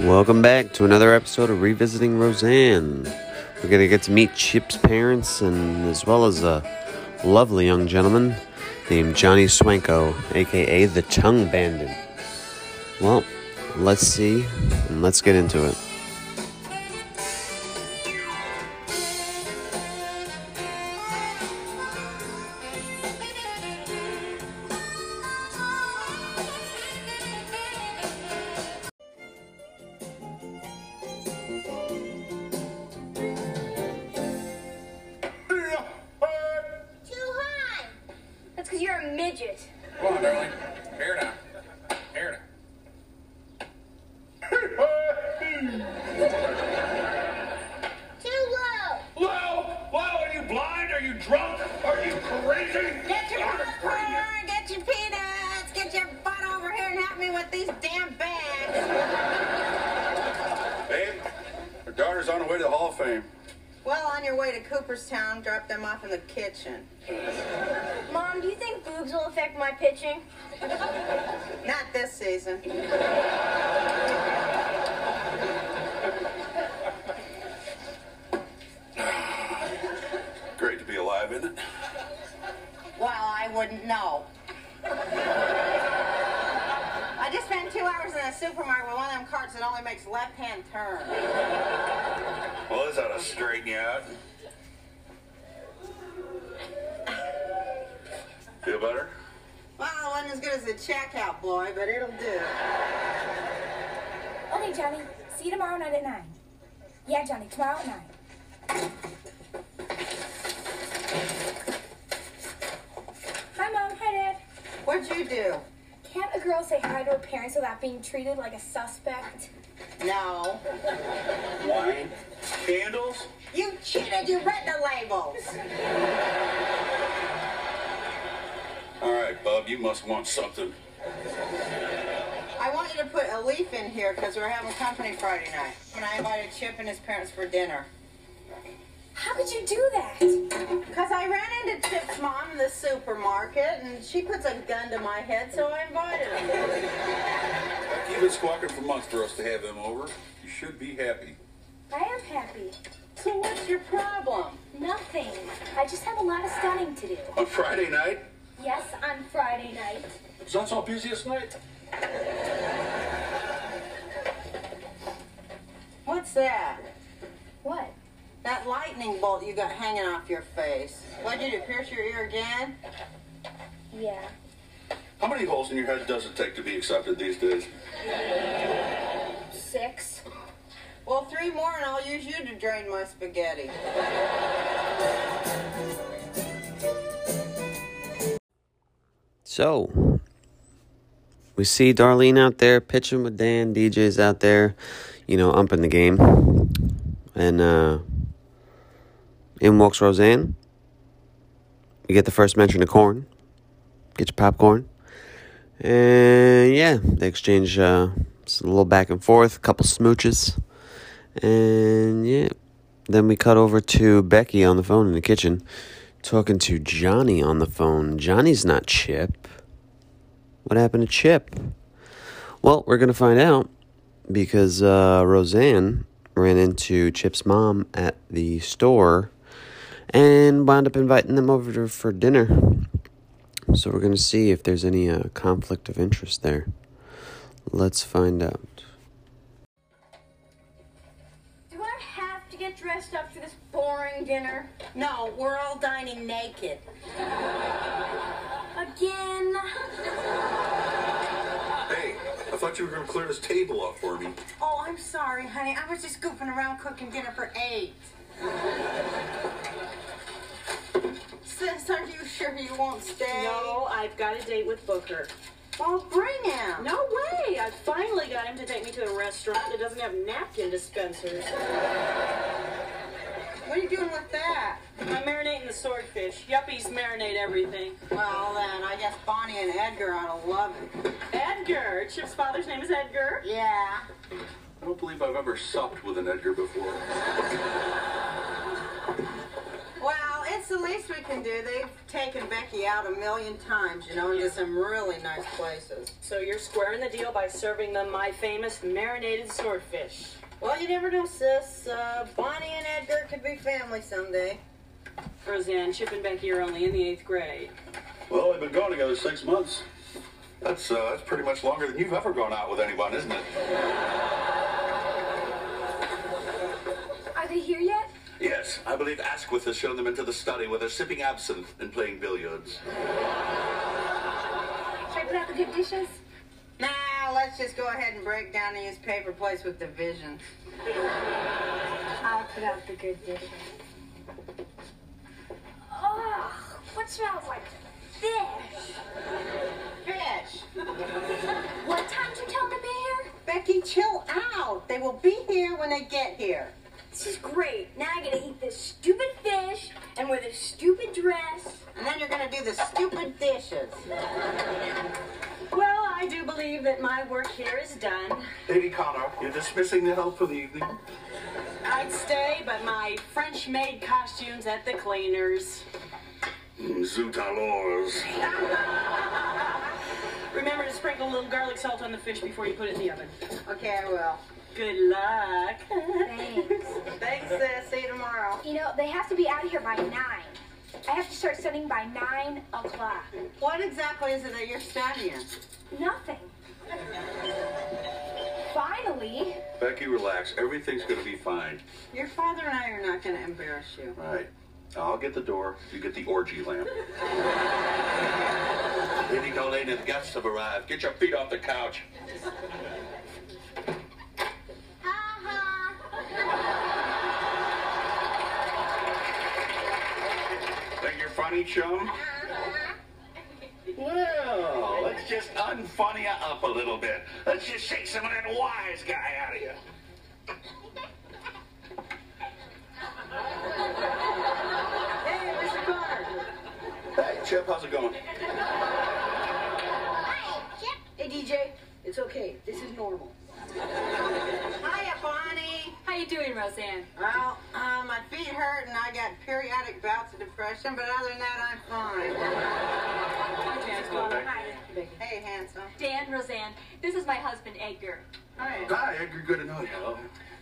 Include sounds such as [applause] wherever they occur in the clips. Welcome back to another episode of Revisiting Roseanne. We're going to get to meet Chip's parents and as well as a lovely young gentleman named Johnny Swanko, aka the Tongue Bandit. Well, let's see and let's get into it. Too high. That's because you're a midget. Come on, darling. Bear down. Bear Too low. down. Low! Low! Are you blind? Are you drunk? Are you crazy? Get your I'm crazy. popcorn, get your peanuts, get your butt over here and help me with these damn bags. Babe, her daughter's on her way to the Hall of Fame. Well, on your way to Cooperstown, drop them off in the kitchen. Mom, do you think boobs will affect my pitching? Not this season. Great to be alive, isn't it? Well, I wouldn't know. I just spent two hours in a supermarket with one of them carts that only makes left-hand turns. Well, this ought to straighten you out. Feel better? Well, it wasn't as good as the checkout boy, but it'll do. Okay, Johnny. See you tomorrow night at 9. Yeah, Johnny, tomorrow at 9. Hi, Mom. Hi, Dad. What'd you do? Can't a girl say hi to her parents without being treated like a suspect? No. Wine? Candles? You cheated, you read the labels. All right, bub, you must want something. I want you to put a leaf in here because we're having company Friday night. And I invited Chip and his parents for dinner. How could you do that? Because I ran into Chip's mom in the supermarket, and she puts a gun to my head, so I invited her. You've been squawking for months for us to have them over. You should be happy. I am happy. So what's your problem? Nothing. I just have a lot of stunning to do. On Friday night? Yes, on Friday night. Is that our busiest night? What's that? What? That lightning bolt you got hanging off your face. What'd you do? Pierce your ear again? Yeah. How many holes in your head does it take to be accepted these days? Six? Well, three more, and I'll use you to drain my spaghetti. So, we see Darlene out there pitching with Dan. DJ's out there, you know, umping the game. And uh, in walks Roseanne. We get the first mention of corn. Get your popcorn. And yeah, they exchange uh, s- a little back and forth, a couple smooches. And yeah, then we cut over to Becky on the phone in the kitchen talking to Johnny on the phone. Johnny's not Chip. What happened to Chip? Well, we're going to find out because uh, Roseanne ran into Chip's mom at the store and wound up inviting them over to, for dinner. So we're going to see if there's any uh, conflict of interest there. Let's find out. Do I have to get dressed up for this boring dinner? No, we're all dining naked. Again? Hey, I thought you were going to clear this table up for me. Oh, I'm sorry, honey. I was just goofing around cooking dinner for eight. Sis, are you sure you won't stay? No, I've got a date with Booker. Well, bring him. No way! I finally got him to take me to a restaurant that doesn't have napkin dispensers. What are you doing with that? I'm marinating the swordfish. Yuppies marinate everything. Well, then, I guess Bonnie and Edgar ought to love it. Edgar! Chip's father's name is Edgar. Yeah. I don't believe I've ever supped with an Edgar before. Well, it's the the least we can do. They've taken Becky out a million times, you know, into some really nice places. So you're squaring the deal by serving them my famous marinated swordfish. Well, you never know, sis. Uh, Bonnie and Edgar could be family someday. Roseanne, Chip and Becky are only in the eighth grade. Well, we've been going together six months. That's uh, that's pretty much longer than you've ever gone out with anyone, isn't it? Are they here yet? Yes, I believe Asquith has shown them into the study where they're sipping absinthe and playing billiards. Should I put out the good dishes? Now, let's just go ahead and break down and use paper plates with division. I'll put out the good dishes. Ugh, what smells like fish? Fish! What time did you tell the mayor? Becky, chill out. They will be here when they get here. This is great. Now I gotta eat this stupid fish and wear this stupid dress. And then you're gonna do the stupid dishes. Well, I do believe that my work here is done. Lady Connor, you're dismissing the help for the evening. I'd stay, but my French maid costume's at the cleaners. Zut alors. Remember to sprinkle a little garlic salt on the fish before you put it in the oven. Okay, I will. Good luck. Thanks. Thanks, sis. See you tomorrow. You know, they have to be out of here by nine. I have to start studying by nine o'clock. What exactly is it that you're studying? Nothing. Finally, Becky, relax. Everything's gonna be fine. Your father and I are not gonna embarrass you. All right. I'll get the door. You get the orgy lamp. [laughs] Lady Colleen and the guests have arrived. Get your feet off the couch. Think you're funny, chum? Well, let's just unfunny you up a little bit. Let's just shake some of that wise guy out of you. Hey, Mr. Connor. Hey, Chip, how's it going? Hey, DJ. It's okay. This is normal. Hiya, Bonnie. How you doing, Roseanne? Well, uh, my feet hurt and I got periodic bouts of depression, but other than that, I'm fine. Hey, handsome. Dan, Roseanne, this is my husband, Edgar. Hi. Hi, Edgar. Good to know you. Hello.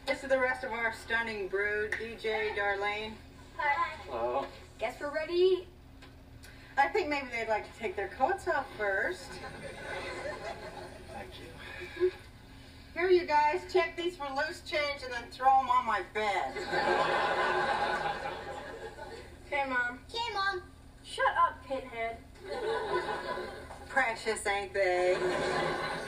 This is the rest of our stunning brood, DJ, Darlene. Hello. Guess we're ready. I think maybe they'd like to take their coats off first. Thank you. Here, you guys, check these for loose change and then throw them on my bed. okay, Mom. Okay, Mom. Shut up, Pinhead. Precious, ain't they?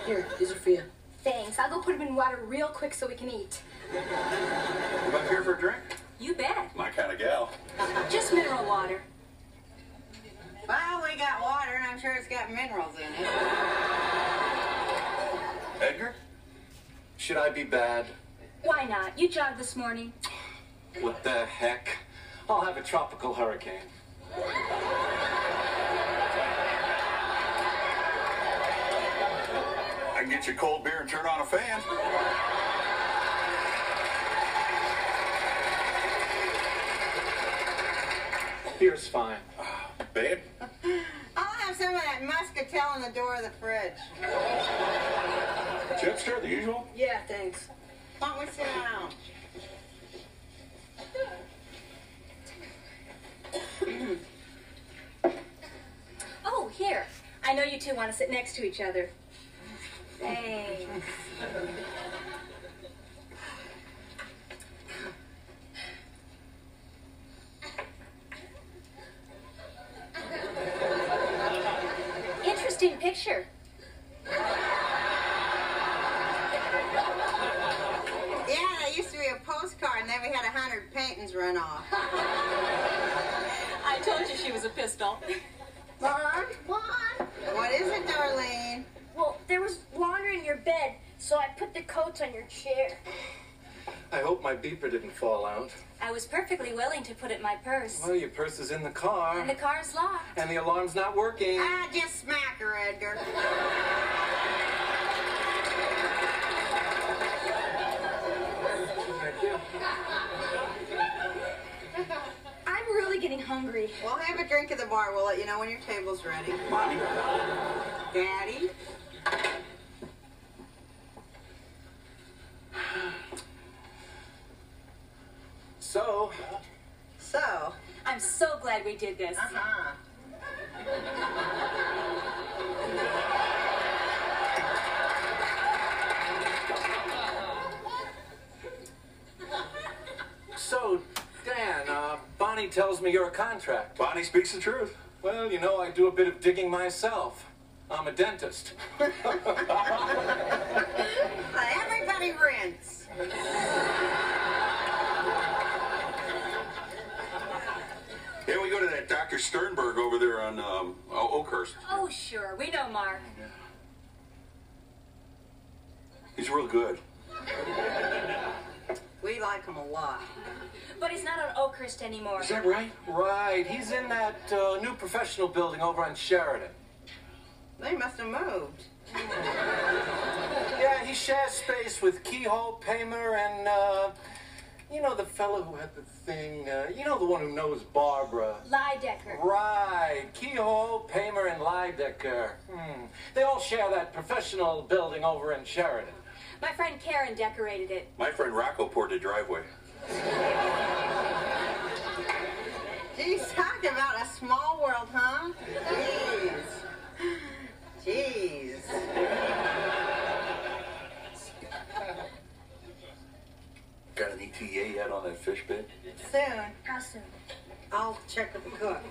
Here, these are for you. Thanks. I'll go put them in water real quick so we can eat. You up here for a drink? You bet. My kind of gal. Just mineral water. Well, we got water and I'm sure it's got minerals in it. Edgar? Should I be bad? Why not? You jogged this morning. What the heck? I'll have a tropical hurricane. I can get you a cold beer and turn on a fan. Beer's fine. Babe? I'll have some of that muscatel in the door of the fridge. Chipster, the usual? Yeah, thanks. Why don't we sit down? Oh, here. I know you two want to sit next to each other. Thanks. Interesting picture. Yeah, that used to be a postcard and then we had a hundred paintings run [laughs] off. I told you she was a pistol. Mom? Mom. What is it, Darlene? Well, there was laundry in your bed, so I put the coats on your chair. I hope my beeper didn't fall out. I was perfectly willing to put it in my purse. Well, your purse is in the car, And the car's locked. and the alarm's not working. Ah, just smack her, Edgar. I'm really gonna getting hungry. We'll have a drink at the bar. We'll let you know when your table's ready. Mommy. Daddy. So, So. I'm so glad we did this. Uh-huh. so, Dan, uh, Bonnie tells me you're a contract. Bonnie speaks the truth. Well, you know, I do a bit of digging myself. I'm a dentist. uh, Everybody rinse. Yeah, we go to that Dr. Sternberg over there on um, O- Oakhurst. Oh, sure. We know Mark. He's real good. We like him a lot. But he's not on Oakhurst anymore. Is that right? Right. He's in that uh, new professional building over on Sheridan. They must have moved. Yeah, he shares space with Keyhole Paymer and, uh, you know, the fellow who had the thing, uh, you know, the one who knows Barbara. Lidecker. Right. Keyhole, Paymer, and Lidecker. Hmm. They all share that professional building over in Sheridan. My friend Karen decorated it. My friend Rocco poured the driveway. Geez, talk about a small world, huh? Jeez. Jeez. Got an E ETA yet on that fish bit? Soon, How soon? I'll check with the cook.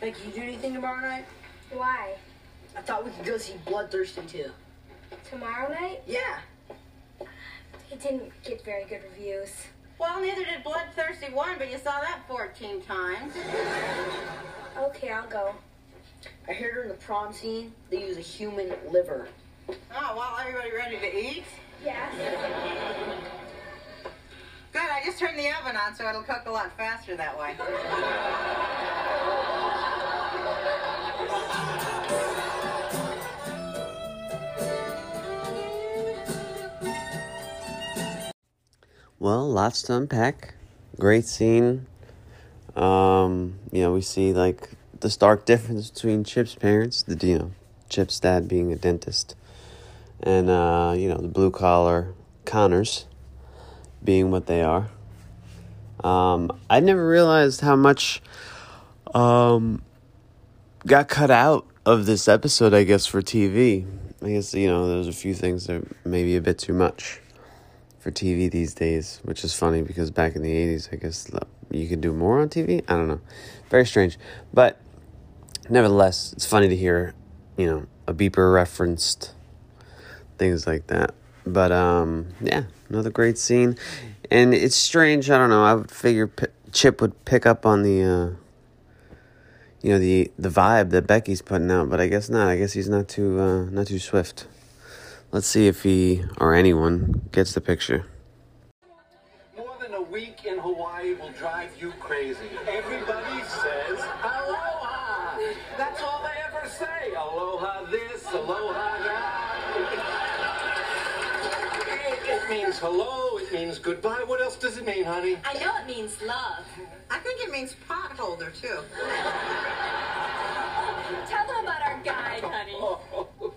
Becky, you do anything tomorrow night? Why? I thought we could go see Bloodthirsty too. Tomorrow night? Yeah. It didn't get very good reviews. Well, neither did Bloodthirsty One, but you saw that 14 times. Okay, I'll go. I heard her in the prom scene, they use a human liver. Oh, well, everybody ready to eat? Yeah. Good, I just turned the oven on so it'll cook a lot faster that way. Well, lots to unpack. Great scene. Um, you know, we see like the stark difference between Chip's parents, the you know, Chip's dad being a dentist, and uh, you know, the blue collar Connors being what they are. Um, I never realized how much um got cut out of this episode, I guess, for TV. I guess, you know, there's a few things that maybe a bit too much for TV these days, which is funny because back in the 80s, I guess l- you could do more on TV. I don't know. Very strange. But nevertheless, it's funny to hear, you know, a beeper referenced, things like that. But um, yeah, another great scene. And it's strange. I don't know. I would figure P- Chip would pick up on the. Uh, you know the the vibe that Becky's putting out, but I guess not. I guess he's not too uh, not too swift. Let's see if he or anyone gets the picture. More than a week in Hawaii will drive you crazy. Everybody says aloha. That's all they ever say. Aloha this, aloha that. It, it means hello. It means goodbye. What else does it mean, honey? I know it means love. [gasps] I think it means potholder, too. Tell them about our guide, honey. Oh, oh,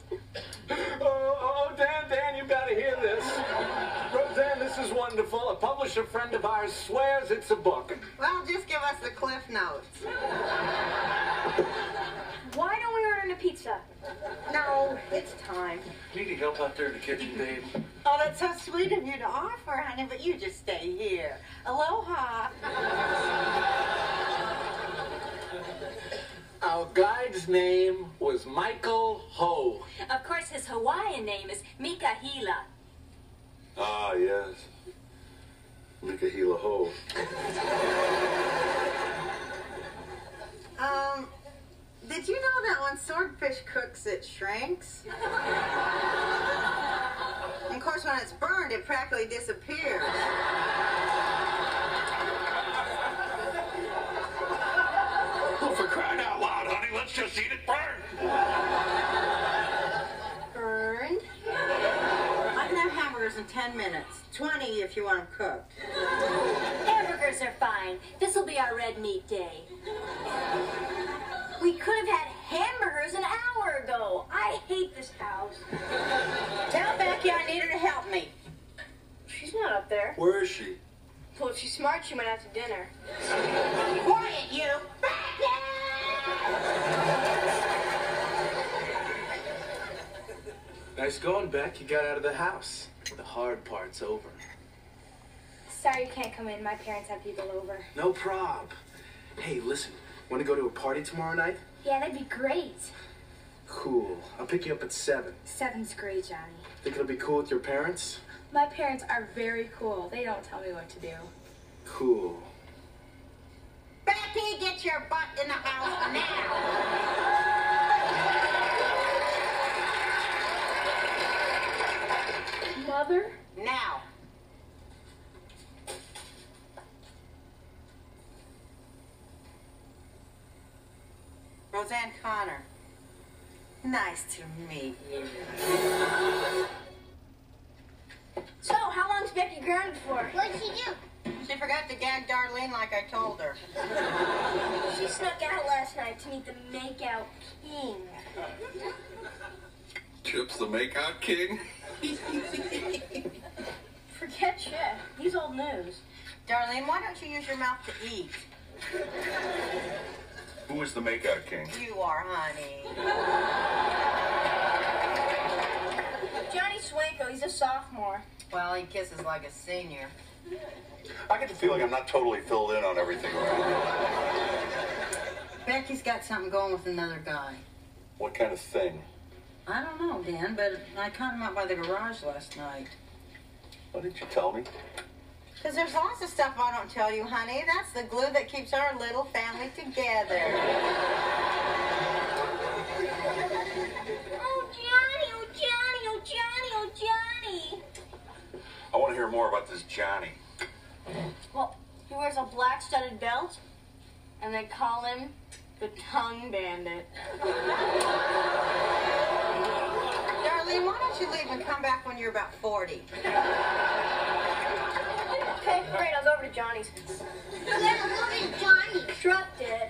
oh, Dan, Dan, you gotta hear this. Roseanne, this is wonderful. A publisher friend of ours swears it's a book. Well, just give us the cliff notes. Why don't we order a pizza? No, it's time. Need to help out there in the kitchen, babe. Oh, that's so sweet of you to offer, honey, but you just stay here. Aloha. Our guide's name was Michael Ho. Of course, his Hawaiian name is Mika Hila. Ah, yes. Nikahila Ho. Um, did you know that when swordfish cooks, it shrinks? And of course, when it's burned, it practically disappears. Oh, for crying out loud, honey, let's just eat it burn. Burned? I can have hamburgers in 10 minutes. 20 if you want them cooked. Hamburgers dinners are fine. This'll be our red meat day. We could have had hamburgers an hour ago. I hate this house. Tell Becky I need her to help me. She's not up there. Where is she? Well, if she's smart, she went out to dinner. Quiet, you. Nice going, Beck. You got out of the house. The hard part's over. Sorry you can't come in. My parents have people over. No prob. Hey, listen. Want to go to a party tomorrow night? Yeah, that'd be great. Cool. I'll pick you up at seven. Seven's great, Johnny. Think it'll be cool with your parents? My parents are very cool. They don't tell me what to do. Cool. Becky, get your butt in the house now. Mother? Now. Roseanne Connor. Nice to meet you. So, how long's Becky grounded for? What'd she do? She forgot to gag Darlene like I told her. She snuck out last night to meet the makeout king. Chip's the makeout king. Forget shit. He's old news. Darlene, why don't you use your mouth to eat? Who is the makeout king? You are, honey. Johnny Swanko, he's a sophomore. Well, he kisses like a senior. I get the feeling I'm not totally filled in on everything. Becky's got something going with another guy. What kind of thing? I don't know, Dan, but I caught him out by the garage last night. Why didn't you tell me? Because there's lots of stuff I don't tell you, honey. That's the glue that keeps our little family together. Oh, Johnny, oh, Johnny, oh, Johnny, oh, Johnny. I want to hear more about this Johnny. Well, he wears a black studded belt, and they call him the tongue bandit. Darlene, why don't you leave and come back when you're about 40? Okay, great, I'll go over to Johnny's. Yeah, look at Johnny. Dropped it.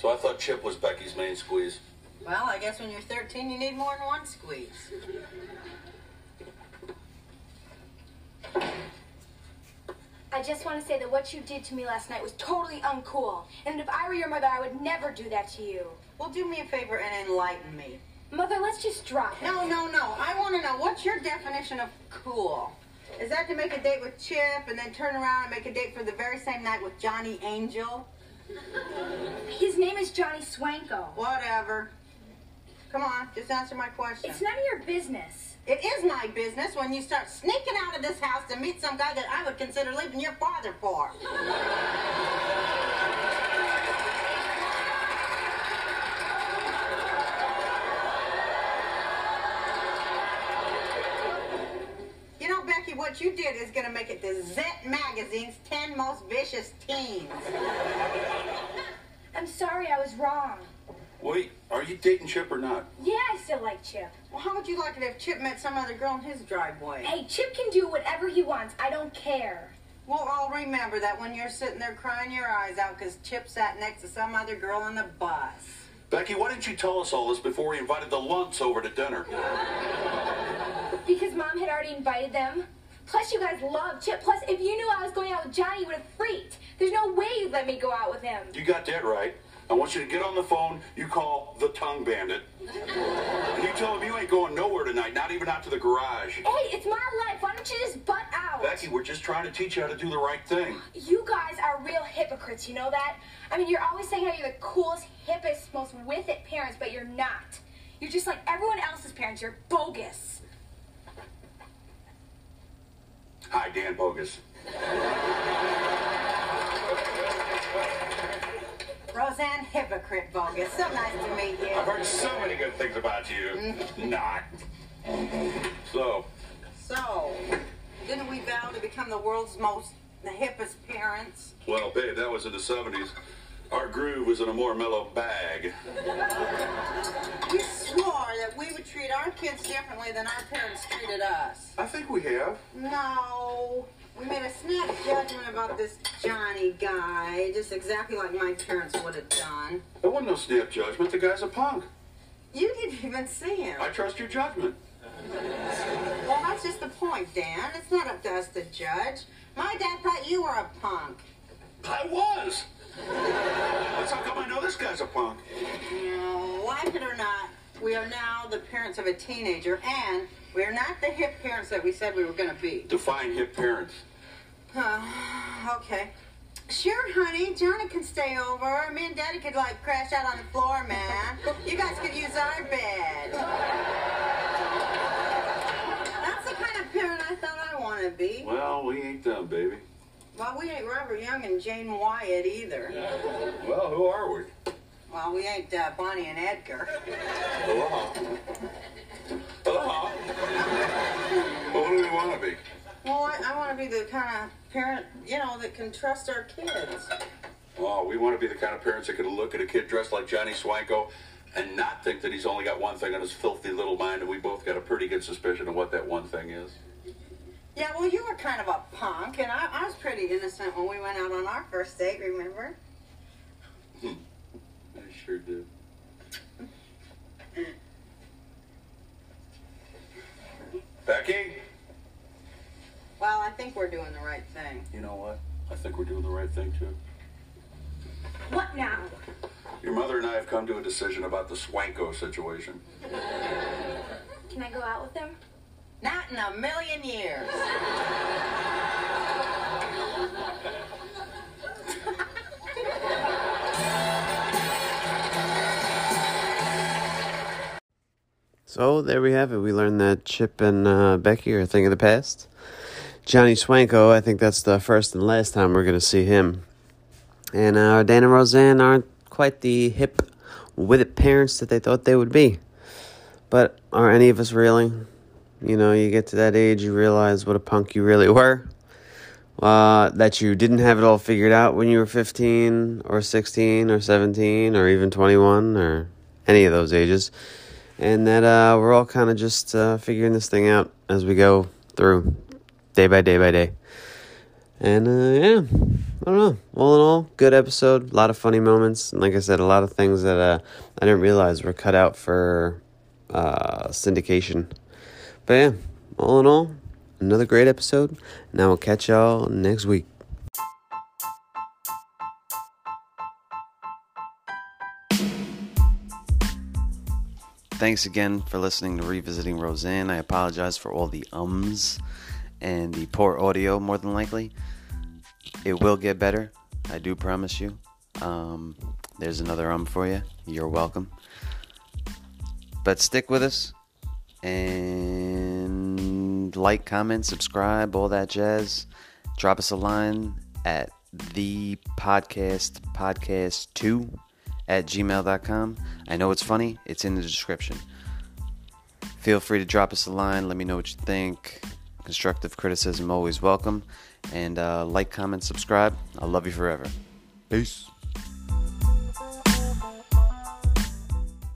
So I thought Chip was Becky's main squeeze. Well, I guess when you're 13, you need more than one squeeze. I just want to say that what you did to me last night was totally uncool. And if I were your mother, I would never do that to you. Well, do me a favor and enlighten me. Mother, let's just drop it. No, no, no. I want to know what's your definition of cool? Is that to make a date with Chip and then turn around and make a date for the very same night with Johnny Angel? His name is Johnny Swanko. Whatever. Come on, just answer my question. It's none of your business. It is my business when you start sneaking out of this house to meet some guy that I would consider leaving your father for. You know, Becky, what you did is gonna make it to Zet Magazine's 10 Most Vicious Teens. I'm sorry I was wrong. Wait, are you dating Chip or not? Yeah, I still like Chip. Well, how would you like it if Chip met some other girl in his driveway? Hey, Chip can do whatever he wants. I don't care. We'll all remember that when you're sitting there crying your eyes out because Chip sat next to some other girl on the bus. Becky, why didn't you tell us all this before we invited the Lunts over to dinner? Because Mom had already invited them. Plus, you guys love Chip. Plus, if you knew I was going out with Johnny, you would have freaked. There's no way you'd let me go out with him. You got that right. I want you to get on the phone. You call the tongue bandit. And you tell him you ain't going nowhere tonight, not even out to the garage. Hey, it's my life. Why don't you just butt out? Becky, we're just trying to teach you how to do the right thing. You guys are real hypocrites, you know that? I mean, you're always saying how you're the coolest, hippest, most with it parents, but you're not. You're just like everyone else's parents. You're bogus. Hi, Dan Bogus. Roseanne Hypocrite Bogus. So nice to meet you. I've heard so many good things about you. Not. So, So, didn't we vow to become the world's most, the hippest parents? well, babe, that was in the 70s. Our groove was in a more mellow bag. We swore that we would treat our kids differently than our parents treated us. I think we have. No. We made a snap judgment about this Johnny guy, just exactly like my parents would have done. There wasn't no snap judgment. The guy's a punk. You didn't even see him. I trust your judgment. Well, that's just the point, Dan. It's not up to us to judge. My dad thought you were a punk. I was. That's how come I know this guy's a punk. No, like it or not, we are now the parents of a teenager, and we are not the hip parents that we said we were going to be. [sighs] Define hip parents. Uh, okay. Sure, honey. Johnny can stay over. Me and Daddy could like crash out on the floor, man. You guys could use our bed. That's the kind of parent I thought I wanted to be. Well, we ain't them, baby. Well, we ain't Robert Young and Jane Wyatt either. Well, who are we? Well, we ain't uh, Bonnie and Edgar. Aloha. Aloha. well, what do we want to be? Well, I, I want to be the kind of parent, you know, that can trust our kids. Oh, we want to be the kind of parents that can look at a kid dressed like Johnny Swanko and not think that he's only got one thing on his filthy little mind, and we both got a pretty good suspicion of what that one thing is. Yeah, well, you were kind of a punk, and I, I was pretty innocent when we went out on our first date, remember? I sure did. Becky? Well, I think we're doing the right thing. You know what? I think we're doing the right thing, too. What now? Your mother and I have come to a decision about the Swanko situation. Can I go out with him? Not in a million years. So there we have it. We learned that Chip and uh, Becky are a thing of the past. Johnny Swanko, I think that's the first and last time we're going to see him. And uh, Dan and Roseanne aren't quite the hip, with it parents that they thought they would be. But are any of us really? You know, you get to that age, you realize what a punk you really were. Uh, that you didn't have it all figured out when you were 15 or 16 or 17 or even 21 or any of those ages. And that uh, we're all kind of just uh, figuring this thing out as we go through day by day by day. And uh, yeah, I don't know. All in all, good episode. A lot of funny moments. And like I said, a lot of things that uh, I didn't realize were cut out for uh, syndication. But yeah, all in all, another great episode. And I will catch y'all next week. Thanks again for listening to Revisiting Roseanne. I apologize for all the ums and the poor audio, more than likely. It will get better, I do promise you. Um, there's another um for you. You're welcome. But stick with us and like, comment, subscribe, all that jazz. Drop us a line at the podcast podcast 2 at gmail.com. I know it's funny, it's in the description. Feel free to drop us a line, let me know what you think. Constructive criticism always welcome. And uh, like, comment, subscribe. I love you forever. Peace.